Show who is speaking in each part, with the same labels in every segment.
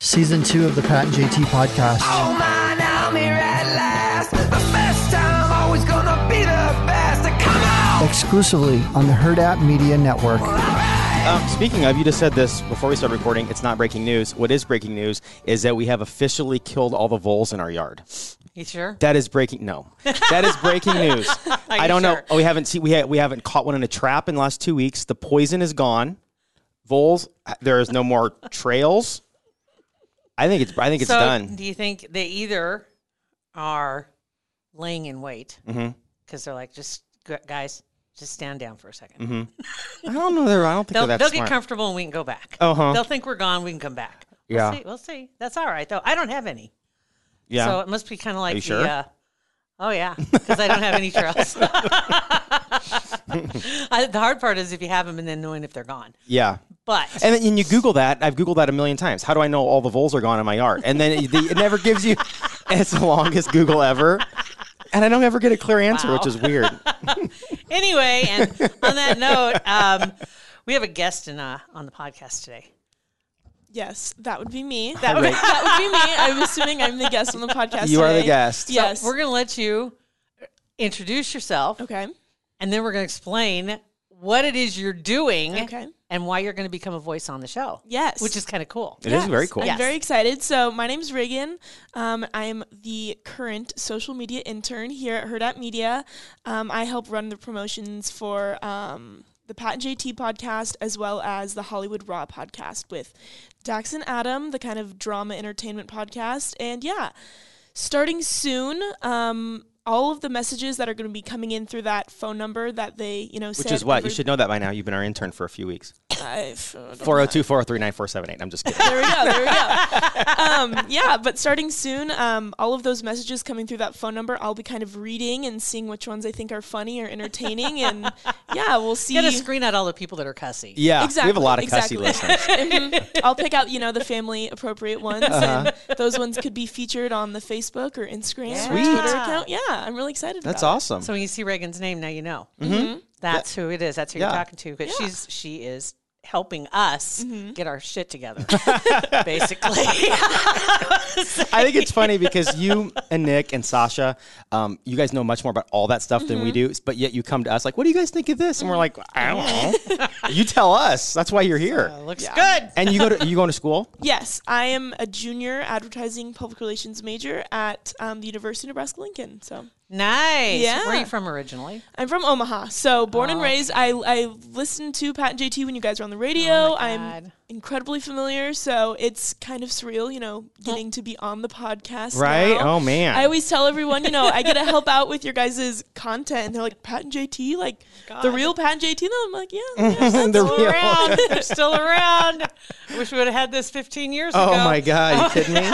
Speaker 1: Season 2 of the Pat and JT podcast.
Speaker 2: Oh man, I'm here at last. The best time, always gonna be the best. Come on!
Speaker 1: Exclusively on the Herd App Media Network.
Speaker 3: Um, speaking of, you just said this before we started recording. It's not breaking news. What is breaking news is that we have officially killed all the voles in our yard.
Speaker 4: You sure?
Speaker 3: That is breaking. No, that is breaking news. I don't know.
Speaker 4: sure?
Speaker 3: Oh, we haven't seen. We ha- we haven't caught one in a trap in the last two weeks. The poison is gone. Voles. uh, There is no more trails. I think it's. I think it's
Speaker 4: so,
Speaker 3: done.
Speaker 4: do you think they either are laying in wait because
Speaker 3: Mm-hmm.
Speaker 4: they're like, just gu- guys, just stand down for a 2nd they
Speaker 3: I don't know. They're, I don't think
Speaker 4: They'll,
Speaker 3: they're that
Speaker 4: they'll
Speaker 3: Mm-hmm. smart.
Speaker 4: get comfortable and we can go back.
Speaker 3: Uh-huh.
Speaker 4: They'll think we're gone. We can come back.
Speaker 3: Yeah.
Speaker 4: We'll see. We'll see. That's all right though. I don't have any,
Speaker 3: yeah.
Speaker 4: so it must be kind of like
Speaker 3: you
Speaker 4: the.
Speaker 3: sure?
Speaker 4: Uh, oh yeah, because I don't have any trails. I, the hard part is if you have them and then knowing if they're gone.
Speaker 3: yeah.
Speaker 4: But
Speaker 3: And then and you Google that. I've Googled that a million times. How do I know all the voles are gone in my yard? And then it, the, it never gives you. It's the longest Google ever. And I don't ever get a clear answer, which is weird.
Speaker 4: anyway, and on that note, um, we have a guest in uh, on the podcast today.
Speaker 5: Yes, that would be me. That
Speaker 3: would- right.
Speaker 5: would, that would be me. I'm assuming I'm the guest on the podcast.
Speaker 3: You are the
Speaker 5: today.
Speaker 3: guest. So
Speaker 5: Yes.
Speaker 4: We're going to let you introduce yourself
Speaker 5: okay.
Speaker 4: and then we're going to explain what it is you're doing
Speaker 5: Okay.
Speaker 4: and why you're going to become a voice on the show.
Speaker 5: Yes.
Speaker 4: Which is kind of cool.
Speaker 3: It is very cool.
Speaker 5: I'm
Speaker 4: Yes.
Speaker 5: very excited. So my name's Reagan. Um, I'm the current social media intern here at Herd at Media. Um, I help run the promotions for um, the Pat and JT podcast as well as the Hollywood Raw podcast with Dax and Adam, the kind of drama entertainment podcast. And yeah, starting soon. Um, all of the messages that are going to be coming in through that phone number that they, you know,
Speaker 3: Which is what? You should know that by now. You've been our intern for a few weeks. 402 403 9478. I'm just kidding.
Speaker 5: there we go. There we go. Um, yeah, but starting soon, um, all of those messages coming through that phone number, I'll be kind of reading and seeing which ones I think are funny or entertaining, and yeah, we'll see.
Speaker 4: You got to screen out all the people that are cussy.
Speaker 3: Yeah. We have a
Speaker 5: Exactly,
Speaker 3: lot of
Speaker 5: exactly.
Speaker 3: cussy listeners.
Speaker 5: Mhm. I'll pick out you know the family appropriate ones, and those ones could be featured on the Facebook or Instagram
Speaker 3: Uh-huh. Sweet.
Speaker 5: or Twitter account. Yeah, I'm really excited.
Speaker 3: That's
Speaker 5: about
Speaker 3: awesome.
Speaker 4: So when you see Reagan's name, now you know. Mm-hmm. That's who it is. That's who
Speaker 3: Yeah.
Speaker 4: you're talking to. Because she's she is helping us
Speaker 5: Mm-hmm.
Speaker 4: get our shit together, basically.
Speaker 3: I think it's funny because you and Nick and Sasha, um, you guys know much more about all that stuff than we do, but yet you come to us like, what do you guys think of this? And we're like, I don't know. you tell us. That's why you're here.
Speaker 4: Looks good.
Speaker 3: And you go to you going to school?
Speaker 5: Yes, I am a junior advertising public relations major at um, the University of Nebraska Lincoln. So
Speaker 4: Nice. Where are
Speaker 5: Yeah.
Speaker 4: you from originally?
Speaker 5: I'm from Omaha, so born
Speaker 3: Oh,
Speaker 5: and raised. I I listened to Pat and JT when you guys were on the
Speaker 3: Oh
Speaker 5: radio. I'm
Speaker 4: God.
Speaker 5: incredibly familiar, so it's kind of surreal, you know, getting to be on the podcast.
Speaker 3: Right?
Speaker 5: now.
Speaker 3: Oh, man.
Speaker 5: I always tell everyone, you know, I get to help out with your guys' content, and they're like Pat and JT, like the real Pat and JT. And I'm like, yeah, yeah that's
Speaker 3: The
Speaker 5: what-
Speaker 3: real-
Speaker 4: around. They're still around. I wish we would have had this 15 years ago.
Speaker 3: Oh my god, you kidding me?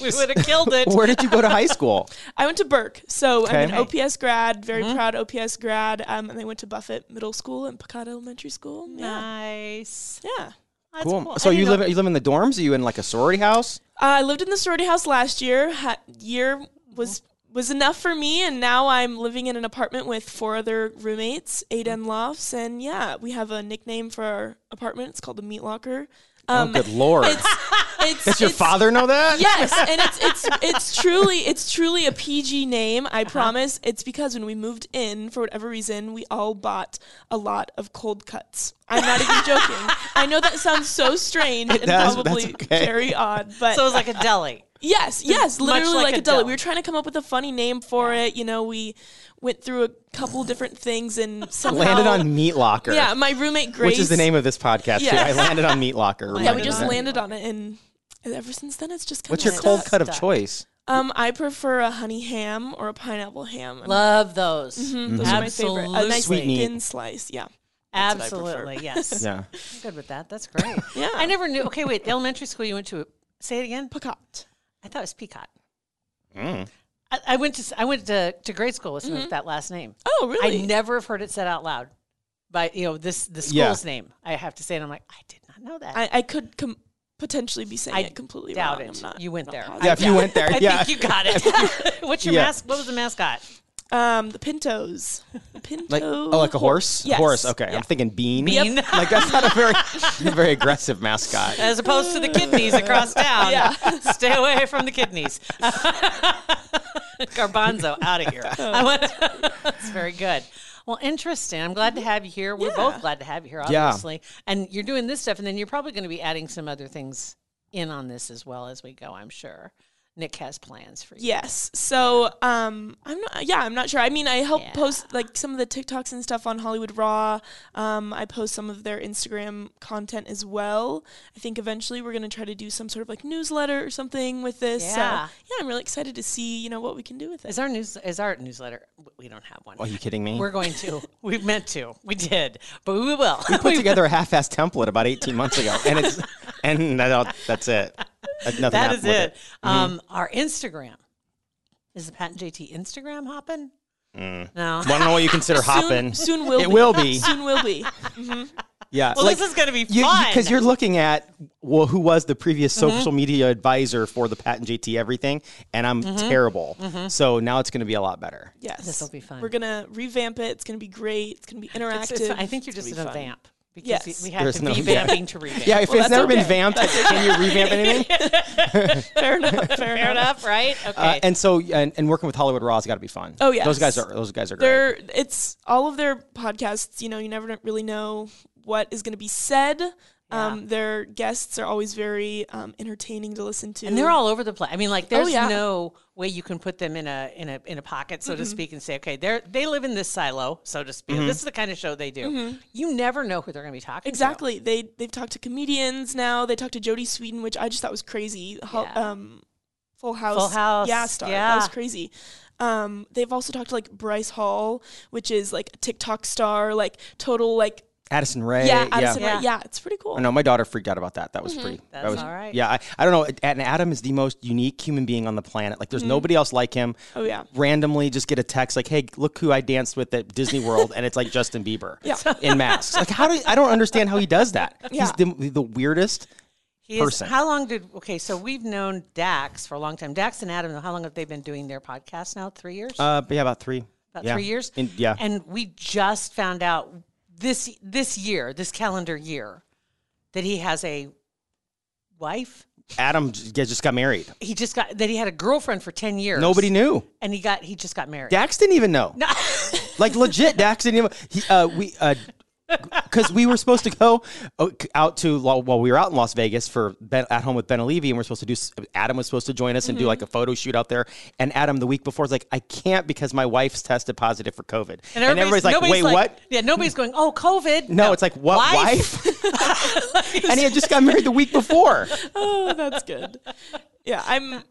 Speaker 4: We would have killed it.
Speaker 3: Where did you go to high school?
Speaker 5: I went to Burke, so I'm an
Speaker 3: Okay. Mm-hmm.
Speaker 5: OPS grad, very proud OPS grad. Um, and I went to Buffett Middle School and Picada Elementary School. Yeah,
Speaker 4: Nice.
Speaker 5: yeah.
Speaker 4: That's
Speaker 3: Cool.
Speaker 4: I
Speaker 3: So
Speaker 4: didn't
Speaker 3: you
Speaker 4: know-
Speaker 3: live you live in the dorms? Are you in like a sorority house?
Speaker 5: Uh, I lived in the sorority house last year. Ha- year was was enough for me, and now I'm living in an apartment with four other roommates, eight
Speaker 3: Mm-hmm.
Speaker 5: lofts, and yeah, we have a nickname for our apartment. It's called the meat locker. Um,
Speaker 3: oh good lord.
Speaker 5: It's,
Speaker 3: Does your
Speaker 5: it's-
Speaker 3: father know that?
Speaker 5: Yes, and it's it's it's truly it's truly a PG name. I
Speaker 3: Uh-huh.
Speaker 5: promise. It's because when we moved in, for whatever reason, we all bought a lot of cold cuts. I'm not even joking. I know that sounds so strange and
Speaker 3: does, but that's
Speaker 5: probably
Speaker 3: okay.
Speaker 5: very odd, but
Speaker 4: So it was like a deli.
Speaker 5: Yes, yes,
Speaker 4: much
Speaker 5: literally
Speaker 4: like
Speaker 5: like,
Speaker 4: a
Speaker 5: a deli.
Speaker 4: deli.
Speaker 5: We were trying to come up with a funny name for it. You know, we went through a couple different things and somehow
Speaker 3: Landed on Meat Locker.
Speaker 5: Yeah, my roommate Grace.
Speaker 3: Which is the name of this podcast too. I
Speaker 5: Yes.
Speaker 3: landed on Meat Locker.
Speaker 5: Yeah, we
Speaker 3: Reminded
Speaker 5: just
Speaker 3: me.
Speaker 5: landed on it, and ever since then, it's just kind
Speaker 3: What's
Speaker 5: of
Speaker 3: your cold
Speaker 5: stuck.
Speaker 3: cut of choice?
Speaker 5: Um, I prefer a honey ham or a pineapple ham. I mean,
Speaker 4: Love those.
Speaker 3: Mm-hmm.
Speaker 5: Those are my favorite. A nice
Speaker 3: Sweet meat.
Speaker 5: thin slice. Yeah.
Speaker 6: That's what I prefer.
Speaker 4: Absolutely, yes.
Speaker 3: Yeah.
Speaker 4: I'm good with that. That's great.
Speaker 5: Yeah.
Speaker 4: I never knew. Okay, wait. The elementary school you went to. Say it again.
Speaker 5: Picot.
Speaker 4: I thought it was Peacock.
Speaker 3: Mm.
Speaker 4: I, I went to s- I went to, to grade school with someone with that last name.
Speaker 5: Oh, really?
Speaker 4: I never have heard it said out loud. By you know this the school's
Speaker 3: Yeah.
Speaker 4: name. I have to say, and I'm like, I did not know that.
Speaker 5: I, I could com- potentially be saying
Speaker 4: I
Speaker 5: it completely
Speaker 4: doubt
Speaker 5: wrong.
Speaker 4: it.
Speaker 5: I'm not,
Speaker 4: You went
Speaker 5: not
Speaker 4: there.
Speaker 5: positive.
Speaker 3: Yeah. If you went there,
Speaker 4: I
Speaker 3: yeah.
Speaker 4: think you got it. What's your
Speaker 3: Yeah.
Speaker 4: mask? What was the mascot?
Speaker 5: Um, the pintos. The pinto.
Speaker 3: Like oh, like a horse.
Speaker 5: Yes.
Speaker 3: Horse. Okay,
Speaker 5: Yeah.
Speaker 3: I'm thinking bean.
Speaker 4: Bean.
Speaker 3: like that's not a very a very aggressive mascot.
Speaker 4: As opposed to the kidneys across town.
Speaker 5: Yeah.
Speaker 4: Stay away from the kidneys. Garbanzo, out of here. I want- That's very good. Well, interesting. I'm glad to have you here. We're both glad to have you here,
Speaker 3: Yeah.
Speaker 4: obviously. And you're doing this stuff, and then you're probably going to be adding some other things in on this as well as we go, I'm sure. Nick has plans for you.
Speaker 5: Yes. So, um, I'm not. Yeah, I'm not sure. I mean, I help
Speaker 4: Yeah.
Speaker 5: post like some of the TikToks and stuff on Hollywood Raw. Um, I post some of their Instagram content as well. I think eventually we're gonna try to do some sort of like newsletter or something with this. So,
Speaker 4: Yeah.
Speaker 5: yeah, I'm really excited to see you know what we can do with it.
Speaker 4: Is our news is our newsletter? We don't have one.
Speaker 3: Are Oh, you kidding me?
Speaker 4: We're going to. we meant to. We did, but we will.
Speaker 3: put together a half-ass template about 18 months ago, and it's and that, that's it. That- Nothing
Speaker 4: That
Speaker 3: happened
Speaker 4: is
Speaker 3: with Mm-hmm.
Speaker 4: it. Um, our Instagram is the Pat and JT Instagram hopping.
Speaker 3: Mm.
Speaker 4: No,
Speaker 3: I don't know what you consider hopping.
Speaker 5: Soon, soon will
Speaker 3: it
Speaker 5: be.
Speaker 3: will be.
Speaker 5: Soon will be.
Speaker 3: Yeah.
Speaker 4: Well, this is gonna be fun. Mm-hmm.
Speaker 3: Because you, are looking at well, who was the previous social media advisor for the Pat and JT everything, and I'm
Speaker 4: Mm-hmm.
Speaker 3: terrible. So now it's going to be a lot better.
Speaker 5: Yes.
Speaker 4: This'll be fun.
Speaker 5: We're gonna revamp it. It's gonna be great. It's gonna be interactive.
Speaker 4: It's- it's- I think you're just in a vamp because
Speaker 5: Yes.
Speaker 4: we have
Speaker 3: There's
Speaker 4: to
Speaker 3: no-
Speaker 4: be
Speaker 3: yeah.
Speaker 4: vamping to revamp.
Speaker 3: Yeah, if it's
Speaker 5: that's
Speaker 3: never been
Speaker 5: okay.
Speaker 3: vamped, like, can you revamp anything?
Speaker 5: fair enough. Fair
Speaker 4: fair
Speaker 5: enough.
Speaker 4: enough, right? Okay.
Speaker 3: Uh, and so, and, and working with Hollywood Raw's got to be fun.
Speaker 5: Oh,
Speaker 3: yeah, those guys
Speaker 5: yes.
Speaker 3: are those guys are great.
Speaker 5: They're it's all of their podcasts. You know, you never really know what is gonna be said. Um, their guests are always very um, entertaining to listen to.
Speaker 4: and they're all over the place. I mean, like there's
Speaker 5: yeah.
Speaker 4: no way you can put them in a in a in a pocket, so to speak, and say, okay, they're they live in this silo, so to
Speaker 3: Mm-hmm.
Speaker 4: speak. This is the kind of show they do. You never know who they're going to be talking to.
Speaker 5: exactly. They they've talked to comedians now. They talked to Jodie Sweden, which I just thought was crazy. Ho-
Speaker 4: Yeah.
Speaker 5: um, Full House.
Speaker 4: Full House,
Speaker 5: Yeah, star. That
Speaker 4: yeah.
Speaker 5: was crazy. Um, they've also talked to like Bryce Hall, which is like a TikTok star, like total like
Speaker 3: Addison Ray.
Speaker 5: yeah, Addison
Speaker 4: Yeah.
Speaker 5: Rae. Mm-hmm. Yeah, it's pretty cool.
Speaker 3: I know my daughter freaked out about that. That was pretty. that
Speaker 4: That's
Speaker 3: was,
Speaker 4: all right.
Speaker 3: Yeah, I, I don't know. And Adam is the most unique human being on the planet. Like, there's nobody else like him.
Speaker 5: Mm-hmm. Oh, yeah.
Speaker 3: Randomly, just get a text like, "Hey, look who I danced with at Disney World," and it's like Justin Bieber in masks. Like, how do I don't understand how he does that?
Speaker 5: Yeah.
Speaker 3: He's the, the weirdest.
Speaker 4: He is-
Speaker 3: person.
Speaker 4: How long did okay? So we've known Dax for a long time. Dax and Adam. How long have they been doing their podcast now? Three years.
Speaker 3: Uh, but yeah, about three.
Speaker 4: about
Speaker 3: yeah.
Speaker 4: three years.
Speaker 3: In- yeah.
Speaker 4: and we just found out this this year, this calendar year, that he has a wife.
Speaker 3: Adam j- just got married.
Speaker 4: He just got that he had a girlfriend for ten years.
Speaker 3: Nobody knew.
Speaker 4: and he got he just got married.
Speaker 3: Dax didn't even know. like legit, Dax didn't even. He, uh, we because we were supposed to go uh, out to while well, we were out in Las Vegas for ben, at home with Ben Levy, and we're supposed to do. s- Adam was supposed to join us and do like a photo shoot out there. And Adam the week before is like, I can't because my wife's tested positive for COVID, and, everybody's, like, Wait, what?
Speaker 4: Yeah, nobody's going. Oh, COVID.
Speaker 3: No, it's like what wife? and he had just got married the week before.
Speaker 5: oh, that's good. Yeah, I'm.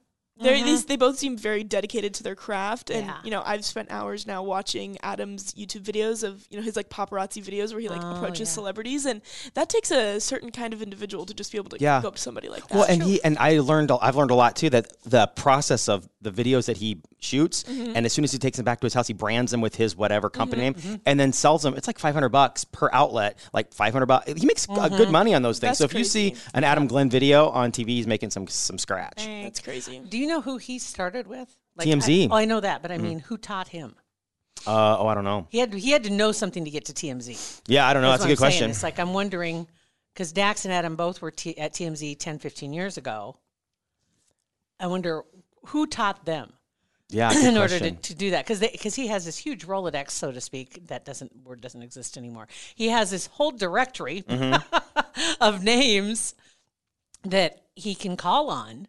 Speaker 5: They're, they, they both seem very dedicated to their craft, and
Speaker 4: Mm-hmm. Yeah.
Speaker 5: you know, I've spent hours now watching Adam's YouTube videos of you know his like paparazzi videos where he
Speaker 4: Oh,
Speaker 5: like approaches celebrities, and that takes a certain kind of individual to just be able to
Speaker 3: Yeah.
Speaker 5: go up to somebody like that.
Speaker 3: Well, and he and I learned I've learned a lot too that the process of the videos that he shoots,
Speaker 4: Mm-hmm.
Speaker 3: and as soon as he takes them back to his house, he brands them with his whatever company
Speaker 4: Mm-hmm.
Speaker 3: name, and then sells them. It's like five hundred bucks per outlet, like five hundred bucks. He makes uh,
Speaker 4: Mm-hmm.
Speaker 3: good money on those things. so if you see an Adam Glenn video on TV, he's making some some scratch.
Speaker 5: that's crazy.
Speaker 4: Do you know who he started with? Like,
Speaker 3: TMZ.
Speaker 4: I, oh, I know that,
Speaker 3: Mm-hmm.
Speaker 4: but I mean, who taught him?
Speaker 3: Uh, oh, I don't know.
Speaker 4: He had he had to know something to get to TMZ.
Speaker 3: Yeah, I don't know. That's, a
Speaker 4: what
Speaker 3: good
Speaker 4: I'm saying.
Speaker 3: question.
Speaker 4: It's like I'm wondering because Dax and Adam both were t- at TMZ 10, 15 years ago. I wonder who taught them
Speaker 3: yeah, good
Speaker 4: in order to,
Speaker 3: question.
Speaker 4: to do that because because he has this huge Rolodex, so to speak. That doesn't word doesn't exist anymore. He has this whole directory
Speaker 3: Mm-hmm.
Speaker 4: of names that he can call on.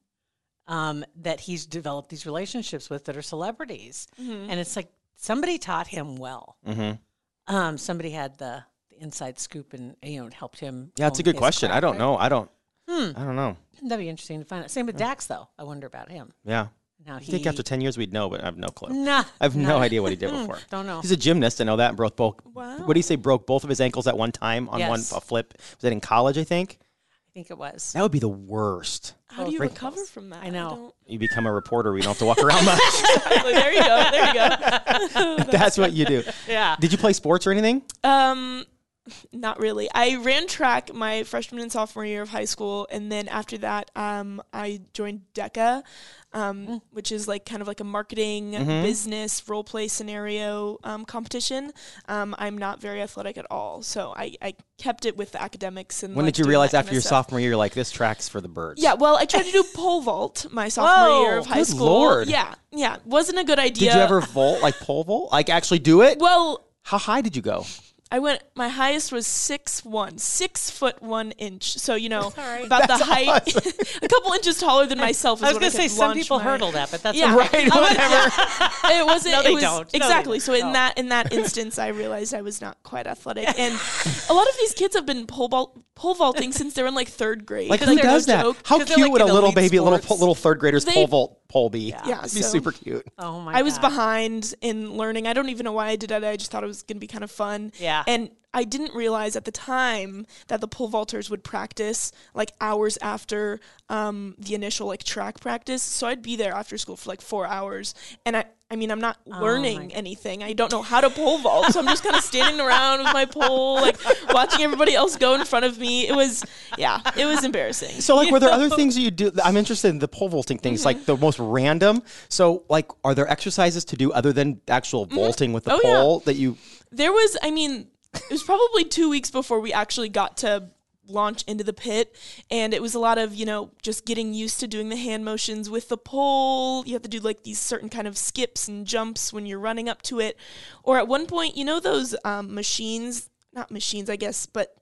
Speaker 4: Um, that he's developed these relationships with that are celebrities, and it's like somebody taught him well.
Speaker 3: Mm-hmm.
Speaker 4: Um, somebody had the, the inside scoop and you know helped him.
Speaker 3: yeah, it's a
Speaker 4: hone
Speaker 3: good
Speaker 4: his
Speaker 3: question. I
Speaker 4: craft,
Speaker 3: don't
Speaker 4: right? Hmm.
Speaker 3: know. I don't. I don't know.
Speaker 4: That'd be interesting to find out. Same with Dax, though. I wonder about him.
Speaker 3: Yeah.
Speaker 4: Now
Speaker 3: I
Speaker 4: he
Speaker 3: think after 10 years we'd know, but I have no clue.
Speaker 4: Nah,
Speaker 3: I have no
Speaker 4: not-
Speaker 3: idea what he did before.
Speaker 4: don't know.
Speaker 3: He's a gymnast. I know that. And broke both. What do you say? Broke both of his ankles at one time on one
Speaker 4: Yes.
Speaker 3: a flip. Was that in college? I think
Speaker 4: I think it was.
Speaker 3: that would be the worst.
Speaker 5: How do you
Speaker 3: Break
Speaker 5: recover from that?
Speaker 4: Oh, I know.
Speaker 5: don't-
Speaker 3: You become a reporter. We don't have to walk around much.
Speaker 5: there you go. There you go.
Speaker 3: That's what you do.
Speaker 4: Yeah.
Speaker 3: Did you play sports or anything?
Speaker 5: Um, not really. I ran track my freshman and sophomore year of high school, and then after that, um, I joined DECA, um,
Speaker 3: Mm.
Speaker 5: which is like kind of like a marketing
Speaker 3: Mm-hmm.
Speaker 5: business role play scenario um, competition. Um, I'm not very athletic at all, so I, I kept it with the academics. And
Speaker 3: When
Speaker 5: like,
Speaker 3: did you
Speaker 5: doing
Speaker 3: realize
Speaker 5: that kind
Speaker 3: after
Speaker 5: of
Speaker 3: your
Speaker 5: stuff.
Speaker 3: sophomore year, you're like this track's for the birds?
Speaker 5: Yeah, well, I tried to do pole vault my sophomore year of
Speaker 4: Whoa,
Speaker 5: high
Speaker 3: Oh, good
Speaker 5: school.
Speaker 3: lord.
Speaker 5: Yeah, yeah, wasn't a good
Speaker 3: Did
Speaker 5: idea.
Speaker 3: you ever vault like pole vault? Like actually do it?
Speaker 5: Well,
Speaker 3: How high did you go?
Speaker 5: I went. My highest was six one, six foot one inch. So you know about the height, a couple inches taller than myself. Is
Speaker 4: I was
Speaker 5: going to
Speaker 4: say some people
Speaker 5: my,
Speaker 4: hurdle that, but that's
Speaker 5: Yeah,
Speaker 4: okay.
Speaker 5: It wasn't.
Speaker 4: No,
Speaker 5: it
Speaker 4: they
Speaker 5: was,
Speaker 4: don't. No, they
Speaker 5: Exactly.
Speaker 4: don't.
Speaker 5: so in that in that instance, I realized I was not quite athletic, and a lot of these kids have been pole, vault, pole vaulting since they were in like third grade.
Speaker 3: Like
Speaker 5: no
Speaker 3: who does that?
Speaker 5: joke.
Speaker 3: How
Speaker 4: 'cause they're,
Speaker 3: cute
Speaker 4: like,
Speaker 3: would a
Speaker 4: in
Speaker 3: little
Speaker 4: elite
Speaker 3: baby,
Speaker 4: sports.
Speaker 3: little little third graders
Speaker 5: They-
Speaker 3: pole vault pole be?
Speaker 5: Yeah,
Speaker 3: It'd be
Speaker 5: so-
Speaker 3: super cute.
Speaker 4: Oh my!
Speaker 5: I was
Speaker 4: God.
Speaker 5: behind in learning. I don't even know why I did it. I just thought it was going to be kind of fun.
Speaker 4: Yeah.
Speaker 5: And I didn't realize at the time that the pole vaulters would practice like hours after um, the initial like track practice. So I'd be there after school for like four hours. And I, I mean, I'm not
Speaker 4: Oh
Speaker 5: learning anything. I don't know how to pole vault. So I'm just kind of standing around with my pole, like watching everybody else go in front of me. It was, yeah, it was embarrassing.
Speaker 3: So, like, were there other things that you do? I'm interested in the pole vaulting things, like the most random. So, like, are there exercises to do other than actual
Speaker 4: Mm-hmm.
Speaker 3: vaulting with the
Speaker 5: Oh, yeah.
Speaker 3: pole that you?
Speaker 5: There was, I mean, it was probably two weeks before we actually got to launch into the pit. And it was a lot of, you know, just getting used to doing the hand motions with the pole. You have to do like these certain kind of skips and jumps when you're running up to it. Or at one point, you know, those um, machines, not machines, I guess, but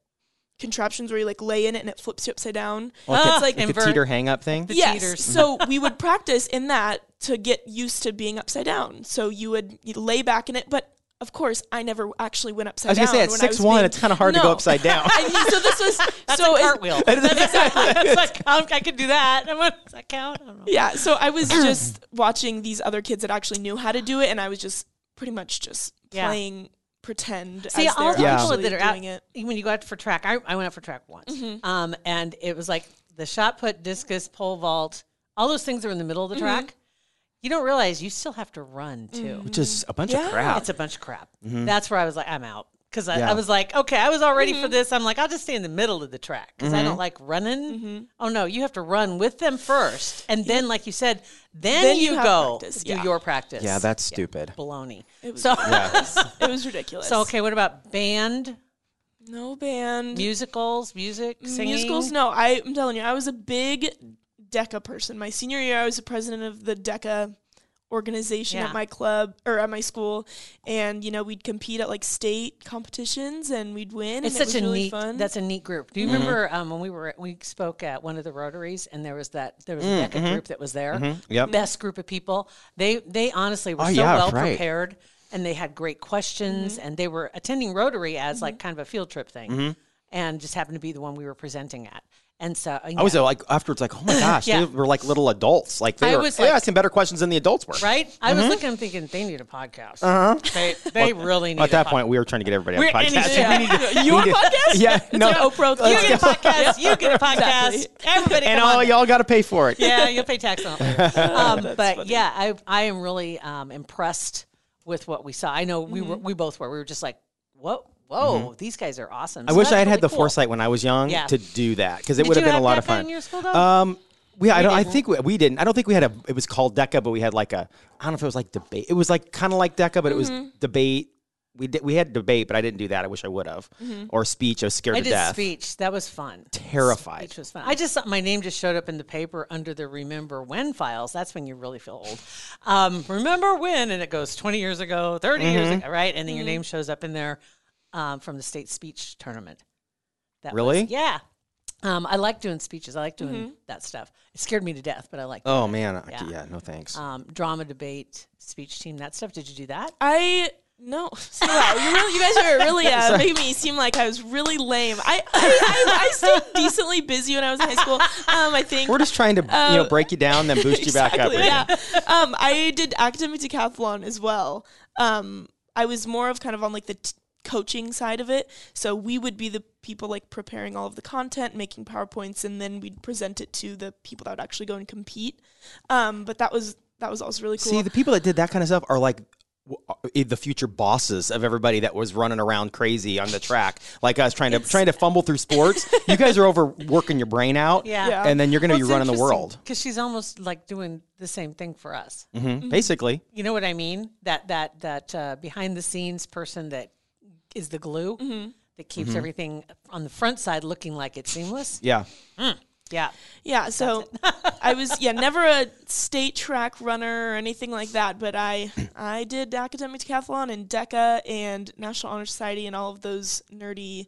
Speaker 5: contraptions where you like lay in it and it flips you upside down.
Speaker 4: Uh,
Speaker 5: it's like,
Speaker 3: the teeter hang up thing?
Speaker 5: yes.
Speaker 4: cheaters.
Speaker 5: so we would practice in that to get used to being upside down. So you would you'd lay back in it, but of course, I never actually went
Speaker 3: I
Speaker 5: upside
Speaker 3: was
Speaker 5: down.
Speaker 3: gonna say at
Speaker 5: when I was
Speaker 3: six one,
Speaker 5: being-
Speaker 3: it's kind of hard to go
Speaker 5: No.
Speaker 3: upside down.
Speaker 5: I mean, so this was
Speaker 4: That's
Speaker 5: so
Speaker 4: a
Speaker 5: it-
Speaker 4: cartwheel. That's exactly. That's like I, I could do that. I'm like, Does that count? I don't know.
Speaker 5: yeah. So I was just watching these other kids that actually knew how to do it, and I was just pretty much just
Speaker 4: Yeah.
Speaker 5: playing pretend.
Speaker 4: See,
Speaker 5: as
Speaker 4: all the
Speaker 5: they're
Speaker 4: people
Speaker 5: actually
Speaker 4: that are out,
Speaker 5: doing it. Mm-hmm.
Speaker 4: when you go out for track, I, I went out for track once, um, and it was like the shot put, discus, pole vault, all those things are in the middle
Speaker 5: Mm-hmm.
Speaker 4: of the track. You don't realize you still have to run too.
Speaker 5: Mm-hmm.
Speaker 3: Which is a bunch
Speaker 5: Yeah.
Speaker 3: of crap.
Speaker 4: It's a bunch of crap. That's where I was like, I'm out. Because I,
Speaker 3: Mm-hmm. Yeah.
Speaker 4: I was like, okay, I was all ready
Speaker 5: Mm-hmm.
Speaker 4: for this. I'm like, I'll just stay in the middle of the track because I
Speaker 3: Mm-hmm.
Speaker 4: don't like running.
Speaker 5: Mm-hmm.
Speaker 4: Oh no, you have to run with them first, and then, like you said, then,
Speaker 5: Then
Speaker 4: you,
Speaker 5: you have
Speaker 4: go
Speaker 5: practice,
Speaker 4: do
Speaker 5: yeah.
Speaker 4: your practice.
Speaker 3: yeah, that's stupid.
Speaker 4: baloney. so,
Speaker 5: It was ridiculous.
Speaker 4: so okay. What about band
Speaker 5: no band.
Speaker 4: musicals, music, singing?
Speaker 5: Mm, Musicals? No, I, I'm telling you, I was a big DECA person. My senior year, I was the president of the DECA organization
Speaker 4: Yeah.
Speaker 5: at my club or at my school, and you know we'd compete at like state competitions and we'd win.
Speaker 4: It's
Speaker 5: and it
Speaker 4: such
Speaker 5: was
Speaker 4: a
Speaker 5: really
Speaker 4: neat.
Speaker 5: fun.
Speaker 4: That's a neat group.
Speaker 3: Mm-hmm.
Speaker 4: Do you remember um, when we were we spoke at one of the Rotaries and there was that there was
Speaker 3: Mm,
Speaker 4: a DECA
Speaker 3: mm-hmm.
Speaker 4: group that was there.
Speaker 3: Yep.
Speaker 4: Best group of people. They they honestly were
Speaker 3: Oh,
Speaker 4: so
Speaker 3: yeah,
Speaker 4: well
Speaker 3: right. Mm-hmm.
Speaker 4: prepared and they had great questions and they were attending Rotary as like kind of a field trip thing, and just happened to be the one we were presenting at. And so
Speaker 3: I was
Speaker 4: yeah.
Speaker 3: uh, like afterwards, like, oh my gosh,
Speaker 4: Yeah.
Speaker 3: they were like little adults. Like they
Speaker 4: I
Speaker 3: were
Speaker 4: was
Speaker 3: they were
Speaker 4: like-
Speaker 3: asking better questions than the adults were.
Speaker 4: right. I
Speaker 3: Mm-hmm.
Speaker 4: was looking, and thinking they need a podcast. They they really need
Speaker 3: Uh-huh. At that
Speaker 4: a
Speaker 3: point, we were trying to get everybody on
Speaker 4: We're-
Speaker 3: the
Speaker 4: and
Speaker 3: podcast.
Speaker 4: yeah.
Speaker 3: We need to-
Speaker 5: Your
Speaker 3: we need to-
Speaker 5: podcast?
Speaker 3: Yeah, no.
Speaker 5: Oprah
Speaker 4: podcast.
Speaker 3: Let's
Speaker 4: You get
Speaker 3: go.
Speaker 4: a podcast. You get a podcast.
Speaker 5: Exactly.
Speaker 4: Everybody
Speaker 3: And
Speaker 4: come on
Speaker 3: all y'all got to pay for it.
Speaker 4: yeah, you'll pay tax on it. Later. Um, but yeah, I I am really um, impressed with what we saw. I know we
Speaker 3: Mm-hmm.
Speaker 4: were we both were. We were just like, whoa, whoa, these guys are awesome.
Speaker 3: I
Speaker 4: So
Speaker 3: wish I
Speaker 4: that's
Speaker 3: had had
Speaker 4: really
Speaker 3: the
Speaker 4: cool.
Speaker 3: foresight when I was young
Speaker 4: Yeah.
Speaker 3: to do that because it
Speaker 4: Did
Speaker 3: would have
Speaker 4: you
Speaker 3: been a
Speaker 4: have
Speaker 3: lot
Speaker 4: that
Speaker 3: of
Speaker 4: back
Speaker 3: fun.
Speaker 4: in your school, though?
Speaker 3: um, yeah, I don't. I
Speaker 4: didn't.
Speaker 3: think we, we didn't. I don't think we had a. It was called DECA, but we had like a. I don't know if it was like debate. It was like kind of like DECA, but it
Speaker 4: Mm-hmm.
Speaker 3: was debate. We did. We had debate, but I didn't do that. I wish I would have. Or speech. I was scared
Speaker 4: Mm-hmm.
Speaker 3: to
Speaker 4: I did
Speaker 3: death.
Speaker 4: speech. That was fun.
Speaker 3: Terrified.
Speaker 4: Speech was fun. I just saw- my name just showed up in the paper under the remember when files. That's when you really feel old. Um, remember when, and it goes twenty years ago, 30 years
Speaker 3: Mm-hmm.
Speaker 4: ago, right? And then your name shows up in there um, from the state speech tournament. That was-
Speaker 3: Really? Mm-hmm.
Speaker 4: yeah. Um, I like doing speeches. I like doing that stuff. It scared me to death, but I like
Speaker 3: Oh man. I-
Speaker 4: Yeah. Uh,
Speaker 3: Yeah. no thanks.
Speaker 4: um, drama debate, speech team, that stuff. Did you do that?
Speaker 5: I No, so wow, you, really, you guys are really uh, making me seem like I was really lame. I I, I I stayed decently busy when I was in high school. Um, I think
Speaker 3: We're just trying to you know break you down, then boost you back up.
Speaker 5: exactly,
Speaker 3: again.
Speaker 5: Yeah. Um, I did academic decathlon as well. Um, I was more of kind of on like the t- coaching side of it. So we would be the people like preparing all of the content, making powerpoints, and then we'd present it to the people that would actually go and compete. Um, but that was that was also really cool.
Speaker 3: See, the people that did that kind of stuff are like w- uh, the future bosses of everybody that was running around crazy on the track, like us trying to trying to fumble through sports. you guys are over working your brain out,
Speaker 4: Yeah. Yeah.
Speaker 3: and then you're going to be
Speaker 5: Well, it's
Speaker 3: running the
Speaker 5: interesting.
Speaker 3: world,
Speaker 4: Because she's almost like doing the same thing for us.
Speaker 5: Mm-hmm.
Speaker 3: Mhm, basically.
Speaker 4: You know what I mean? That that that uh, behind the scenes person that is the glue
Speaker 5: Mm-hmm.
Speaker 4: that
Speaker 3: Mm-hmm.
Speaker 4: keeps everything on the front side looking like it's seamless.
Speaker 3: Yeah,
Speaker 4: Yeah.
Speaker 5: Yeah, so I was yeah never a state track runner or anything like that, but I I did academic decathlon and DECA and National Honor Society and all of those nerdy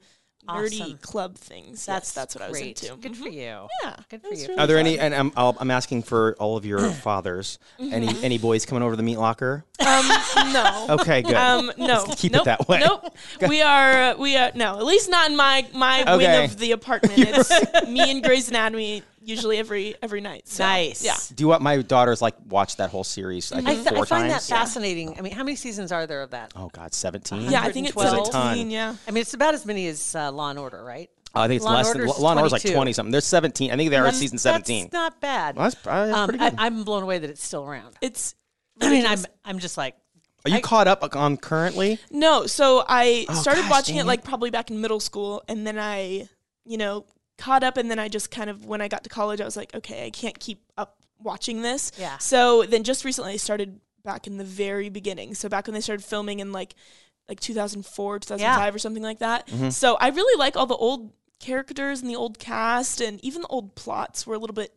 Speaker 4: Awesome.
Speaker 5: nerdy club things.
Speaker 4: That's
Speaker 5: yes, that's what I
Speaker 4: great.
Speaker 5: was into. Mm-hmm.
Speaker 4: Good for you.
Speaker 5: Yeah,
Speaker 4: Good
Speaker 5: that
Speaker 4: for
Speaker 5: was
Speaker 4: you.
Speaker 5: really
Speaker 3: are there any? And I'm I'll, I'm asking for all of your fathers.
Speaker 5: Mm-hmm.
Speaker 3: Any any boys coming over to the meat locker?
Speaker 5: um, no.
Speaker 3: Okay, good.
Speaker 5: Um, no.
Speaker 3: keep it
Speaker 5: nope.
Speaker 3: that way.
Speaker 5: Nope. we are uh, we are no, at least not in my my
Speaker 3: Okay.
Speaker 5: wing of the apartment. It's me and Grey's Anatomy usually every every night. So,
Speaker 4: Nice.
Speaker 5: Yeah.
Speaker 3: Do what my daughters like watch that whole series? I
Speaker 5: Mm-hmm.
Speaker 3: think
Speaker 4: I, th-
Speaker 3: four
Speaker 4: I find
Speaker 3: times.
Speaker 4: that fascinating. I mean, how many seasons are there of that?
Speaker 3: Oh God, seventeen.
Speaker 5: Yeah, I think it's
Speaker 4: 112.
Speaker 5: 17, yeah.
Speaker 4: I mean, it's about as many as uh, Law and Order, right?
Speaker 3: Oh, I think it's
Speaker 4: Law and
Speaker 3: less than
Speaker 4: Order's
Speaker 3: Law and Order's like
Speaker 4: 22.
Speaker 3: twenty something. There's seventeen. I think they're in Uh, season seventeen.
Speaker 4: Um, That's not bad. Um,
Speaker 3: Well, that's probably- that's pretty
Speaker 4: I,
Speaker 3: good.
Speaker 4: I'm blown away that it's still around.
Speaker 5: It's
Speaker 4: I mean, I'm I'm just like,
Speaker 3: Are you caught up on currently?
Speaker 5: No, so I started
Speaker 3: Oh, gosh,
Speaker 5: watching
Speaker 3: dang
Speaker 5: it
Speaker 3: it.
Speaker 5: like probably back in middle school, and then I, you know, caught up, and then I just kind of when I got to college, I was like, okay, I can't keep up watching this.
Speaker 4: Yeah.
Speaker 5: So then just recently, I started back in the very beginning. So back when they started filming in like like 2004, 2005, or something like that.
Speaker 3: Mm-hmm.
Speaker 5: So I really like all the old characters and the old cast, and even the old plots were a little bit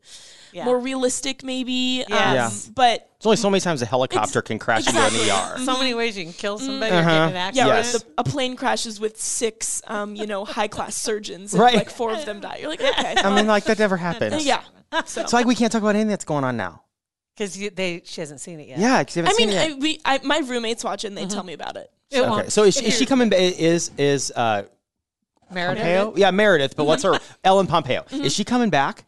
Speaker 4: yeah.
Speaker 5: more realistic, maybe.
Speaker 4: Yeah.
Speaker 5: Um, But
Speaker 3: There's only so many times a helicopter can crash into an ER.
Speaker 5: Mm-hmm.
Speaker 4: so many ways you can kill somebody or get in an accident.
Speaker 5: Yeah, or
Speaker 3: Uh-huh. Yes.
Speaker 5: the, a plane crashes with six, um, you know, high class surgeons, and
Speaker 3: Right.
Speaker 5: like four of them die. You're like, okay,
Speaker 3: I mean, like that never happens.
Speaker 5: yeah.
Speaker 3: It's like we can't talk about anything that's going on now.
Speaker 4: because they she hasn't seen it yet.
Speaker 3: Yeah, 'cause you
Speaker 5: I
Speaker 3: haven't
Speaker 5: mean,
Speaker 3: seen it.
Speaker 5: I, we, I, my roommates watch it and they
Speaker 4: Mm-hmm.
Speaker 5: tell me about it.
Speaker 4: It
Speaker 3: yet. okay,
Speaker 4: won't.
Speaker 3: so is, is she coming? ba- Is is uh,
Speaker 4: Meredith.
Speaker 3: Pompeo? Yeah, Meredith. But what's her Ellen Pompeo?
Speaker 5: Mm-hmm.
Speaker 3: Is she coming back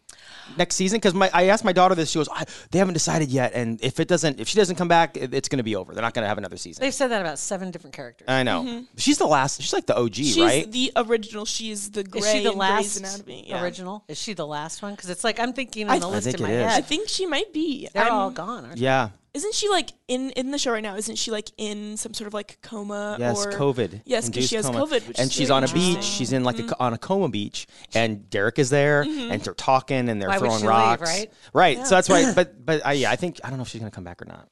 Speaker 3: next season? Because my I asked my daughter this. She goes, I, "They haven't decided yet, and if it doesn't, if she doesn't come back, it, it's going to be over. They're not going to have another season."
Speaker 4: They've said that about seven different characters.
Speaker 3: I know. She's the last. She's like the OG,
Speaker 5: Mm-hmm. She's
Speaker 3: right?
Speaker 5: the original. She's the gray.
Speaker 4: is she the
Speaker 5: in Grey's
Speaker 4: last
Speaker 5: Anatomy. Yeah.
Speaker 4: original? Is she the last one? Because it's like I'm thinking
Speaker 5: I
Speaker 4: on the
Speaker 5: th-
Speaker 4: list
Speaker 3: I think
Speaker 4: in my
Speaker 3: it is.
Speaker 5: I
Speaker 4: head.
Speaker 5: think she might be.
Speaker 4: They're
Speaker 5: I'm-
Speaker 4: all gone. Aren't
Speaker 3: yeah.
Speaker 5: Isn't she like in in the show right now? Isn't she like in some sort of like coma?
Speaker 3: Yes,
Speaker 5: or,
Speaker 3: COVID.
Speaker 5: Yes, because
Speaker 3: induced
Speaker 5: she has
Speaker 3: coma.
Speaker 5: COVID, which
Speaker 3: and
Speaker 5: is
Speaker 3: she's
Speaker 5: very
Speaker 3: on a
Speaker 5: interesting.
Speaker 3: beach. She's in like a
Speaker 4: Mm-hmm.
Speaker 3: co- on a coma beach, and Derek is there, and they're talking and they're
Speaker 4: Why would
Speaker 3: throwing
Speaker 4: she leave,
Speaker 3: rocks.
Speaker 4: right?
Speaker 3: Right. So that's why. But but I, yeah, I think I don't know if she's gonna come back or not.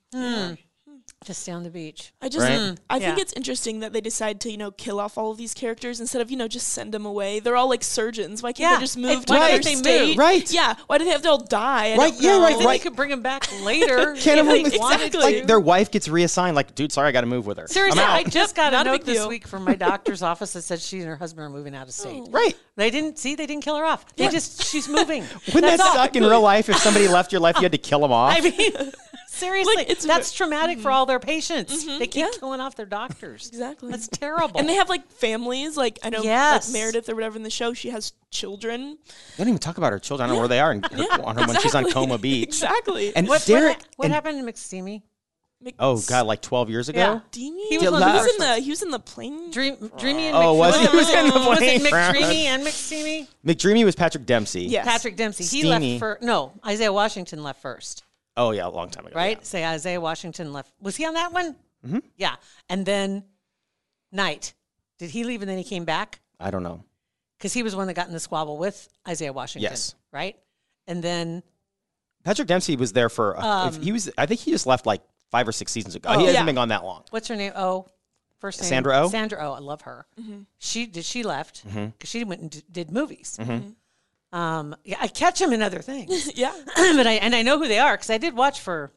Speaker 4: they? Just stay on the beach.
Speaker 5: I just,
Speaker 3: Right? Mm,
Speaker 5: I think
Speaker 4: yeah.
Speaker 5: it's interesting that they decide to, you know, kill off all of these characters instead of, you know, just send them away. They're all like surgeons. Why can't
Speaker 4: Yeah.
Speaker 5: they just
Speaker 4: And
Speaker 5: move to
Speaker 4: why
Speaker 5: another
Speaker 4: don't they move?
Speaker 5: state?
Speaker 3: Right.
Speaker 5: Yeah. Why do they have to all die? I
Speaker 3: Right,
Speaker 5: don't
Speaker 3: yeah,
Speaker 5: know.
Speaker 3: right,
Speaker 4: Then
Speaker 3: right.
Speaker 4: they could bring him back later.
Speaker 3: Can't
Speaker 4: if
Speaker 3: everyone-
Speaker 4: they wanted
Speaker 5: Exactly.
Speaker 4: to.
Speaker 3: Like their wife gets reassigned. Like, dude, sorry, I got to move with her.
Speaker 4: Seriously,
Speaker 3: I'm out.
Speaker 4: I just got a
Speaker 5: Not a
Speaker 4: note
Speaker 5: big
Speaker 4: this
Speaker 5: deal.
Speaker 4: week from my doctor's office that said she and her husband are moving out of state.
Speaker 5: Oh.
Speaker 3: right.
Speaker 4: They didn't see. They didn't kill her off. They just she's moving.
Speaker 3: Wouldn't
Speaker 4: That's
Speaker 3: that
Speaker 4: all.
Speaker 3: suck in real life if somebody left your life, you had to kill them off?
Speaker 4: I mean, seriously,
Speaker 5: Like, it's- Mm-hmm.
Speaker 4: that's traumatic for all their patients. They keep
Speaker 5: yeah.
Speaker 4: killing off their doctors.
Speaker 5: Exactly.
Speaker 4: that's terrible.
Speaker 5: And they have like families. Like I know like,
Speaker 4: Yes.
Speaker 5: Meredith or whatever in the show, she has children.
Speaker 3: they don't even talk about her children. I don't know where they are and her, on her when she's on
Speaker 5: Exactly.
Speaker 3: coma beach.
Speaker 5: exactly.
Speaker 3: And
Speaker 4: what,
Speaker 3: Derek.
Speaker 4: what, what
Speaker 3: and-
Speaker 4: happened to McSteamy?
Speaker 5: Mc-
Speaker 3: Oh God, like twelve years ago.
Speaker 4: Yeah.
Speaker 5: Steamy?
Speaker 4: He
Speaker 5: He
Speaker 4: was
Speaker 5: was,
Speaker 4: one of the
Speaker 5: in the he was in the plane.
Speaker 4: Dream, Dreamy and
Speaker 3: Oh,
Speaker 4: McSteamy.
Speaker 3: was it? It was in the
Speaker 4: Was
Speaker 3: plane.
Speaker 4: it McDreamy and McSteamy?
Speaker 3: McDreamy was Patrick Dempsey.
Speaker 5: Yes.
Speaker 4: Patrick Dempsey. He
Speaker 3: Steamy.
Speaker 4: left first. No, Isaiah Washington left first.
Speaker 3: Oh yeah, a long time ago.
Speaker 4: Right? Say Isaiah Washington left. Was he on that one? Mm-hmm. Yeah. And then Knight. Did he leave and then he came back?
Speaker 3: yeah. I don't know.
Speaker 4: Because he was the one that got in the squabble with Isaiah Washington.
Speaker 3: Yes.
Speaker 4: Right? And then
Speaker 3: Patrick Dempsey was there for uh, if he was. I think he just left like five or six seasons ago. he hasn't
Speaker 5: Yeah.
Speaker 3: been gone that long.
Speaker 4: what's her name? Oh, first name
Speaker 3: Sandra Oh? Mm-hmm.
Speaker 4: Sandra Oh, I love her. She did. She left because she went and d- did movies. Um, yeah, I catch them in other things,
Speaker 5: Yeah.
Speaker 4: but I and I know who they are because I did watch for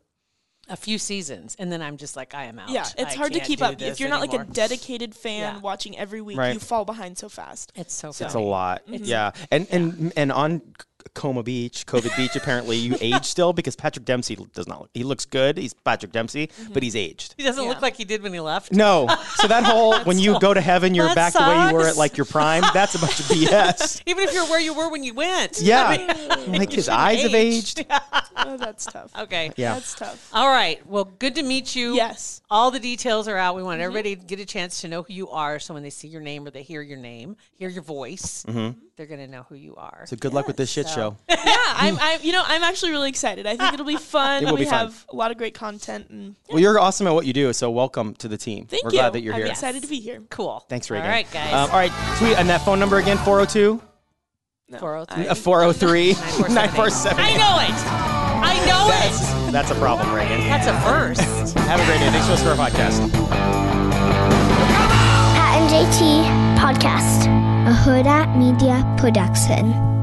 Speaker 4: a few seasons, and then I'm just like, I am out.
Speaker 5: Yeah. It's
Speaker 4: I
Speaker 5: hard to
Speaker 4: can't
Speaker 5: keep
Speaker 4: do
Speaker 5: up. If
Speaker 4: this
Speaker 5: you're not like a
Speaker 4: anymore.
Speaker 5: dedicated fan
Speaker 4: Yeah.
Speaker 5: watching every week,
Speaker 3: Right.
Speaker 5: you fall behind so fast.
Speaker 4: it's so
Speaker 3: It's
Speaker 4: funny.
Speaker 3: a lot. yeah, and and and on Coma Beach, COVID Beach. Apparently, you age still because Patrick Dempsey does not. look He looks good. He's Patrick Dempsey, but he's aged.
Speaker 4: He doesn't look like he did when he left.
Speaker 3: No. So that whole when you go to heaven, you're
Speaker 4: That
Speaker 3: back the way you were at
Speaker 4: sucks.
Speaker 3: like your prime. That's a bunch of BS.
Speaker 4: Even if you're where you were when you went.
Speaker 3: Yeah. like his eyes have
Speaker 4: aged.
Speaker 3: aged.
Speaker 5: Oh, that's tough.
Speaker 4: Okay.
Speaker 3: Yeah.
Speaker 5: That's tough.
Speaker 4: All right. Well, good to meet you.
Speaker 5: Yes.
Speaker 4: All the details are out. We want everybody to get a chance to know who you are. So when they see your name or they hear your name, hear your voice, they're going to know who you are.
Speaker 3: So good luck with this shit show.
Speaker 5: Yeah, I'm, I'm. You know, I'm actually really excited. I think it'll be fun.
Speaker 3: It will
Speaker 5: we
Speaker 3: be fun.
Speaker 5: have a lot of great content, and
Speaker 3: Well, you're awesome at what you do. So welcome to the team.
Speaker 5: thank
Speaker 3: We're
Speaker 5: you.
Speaker 3: glad that you're
Speaker 5: I'm
Speaker 3: here.
Speaker 5: excited to be here.
Speaker 4: cool.
Speaker 3: Thanks, Reagan.
Speaker 4: All right, guys.
Speaker 3: Um, all right, tweet and that phone number again 402
Speaker 4: Um, 403.
Speaker 3: 403
Speaker 4: I
Speaker 3: 947.
Speaker 4: know it. I know it.
Speaker 3: That's a problem, Reagan.
Speaker 4: That's a verse.
Speaker 3: Have a great day. Thanks for listening to our podcast.
Speaker 6: Pat and JT Podcast, a Huda Media Production.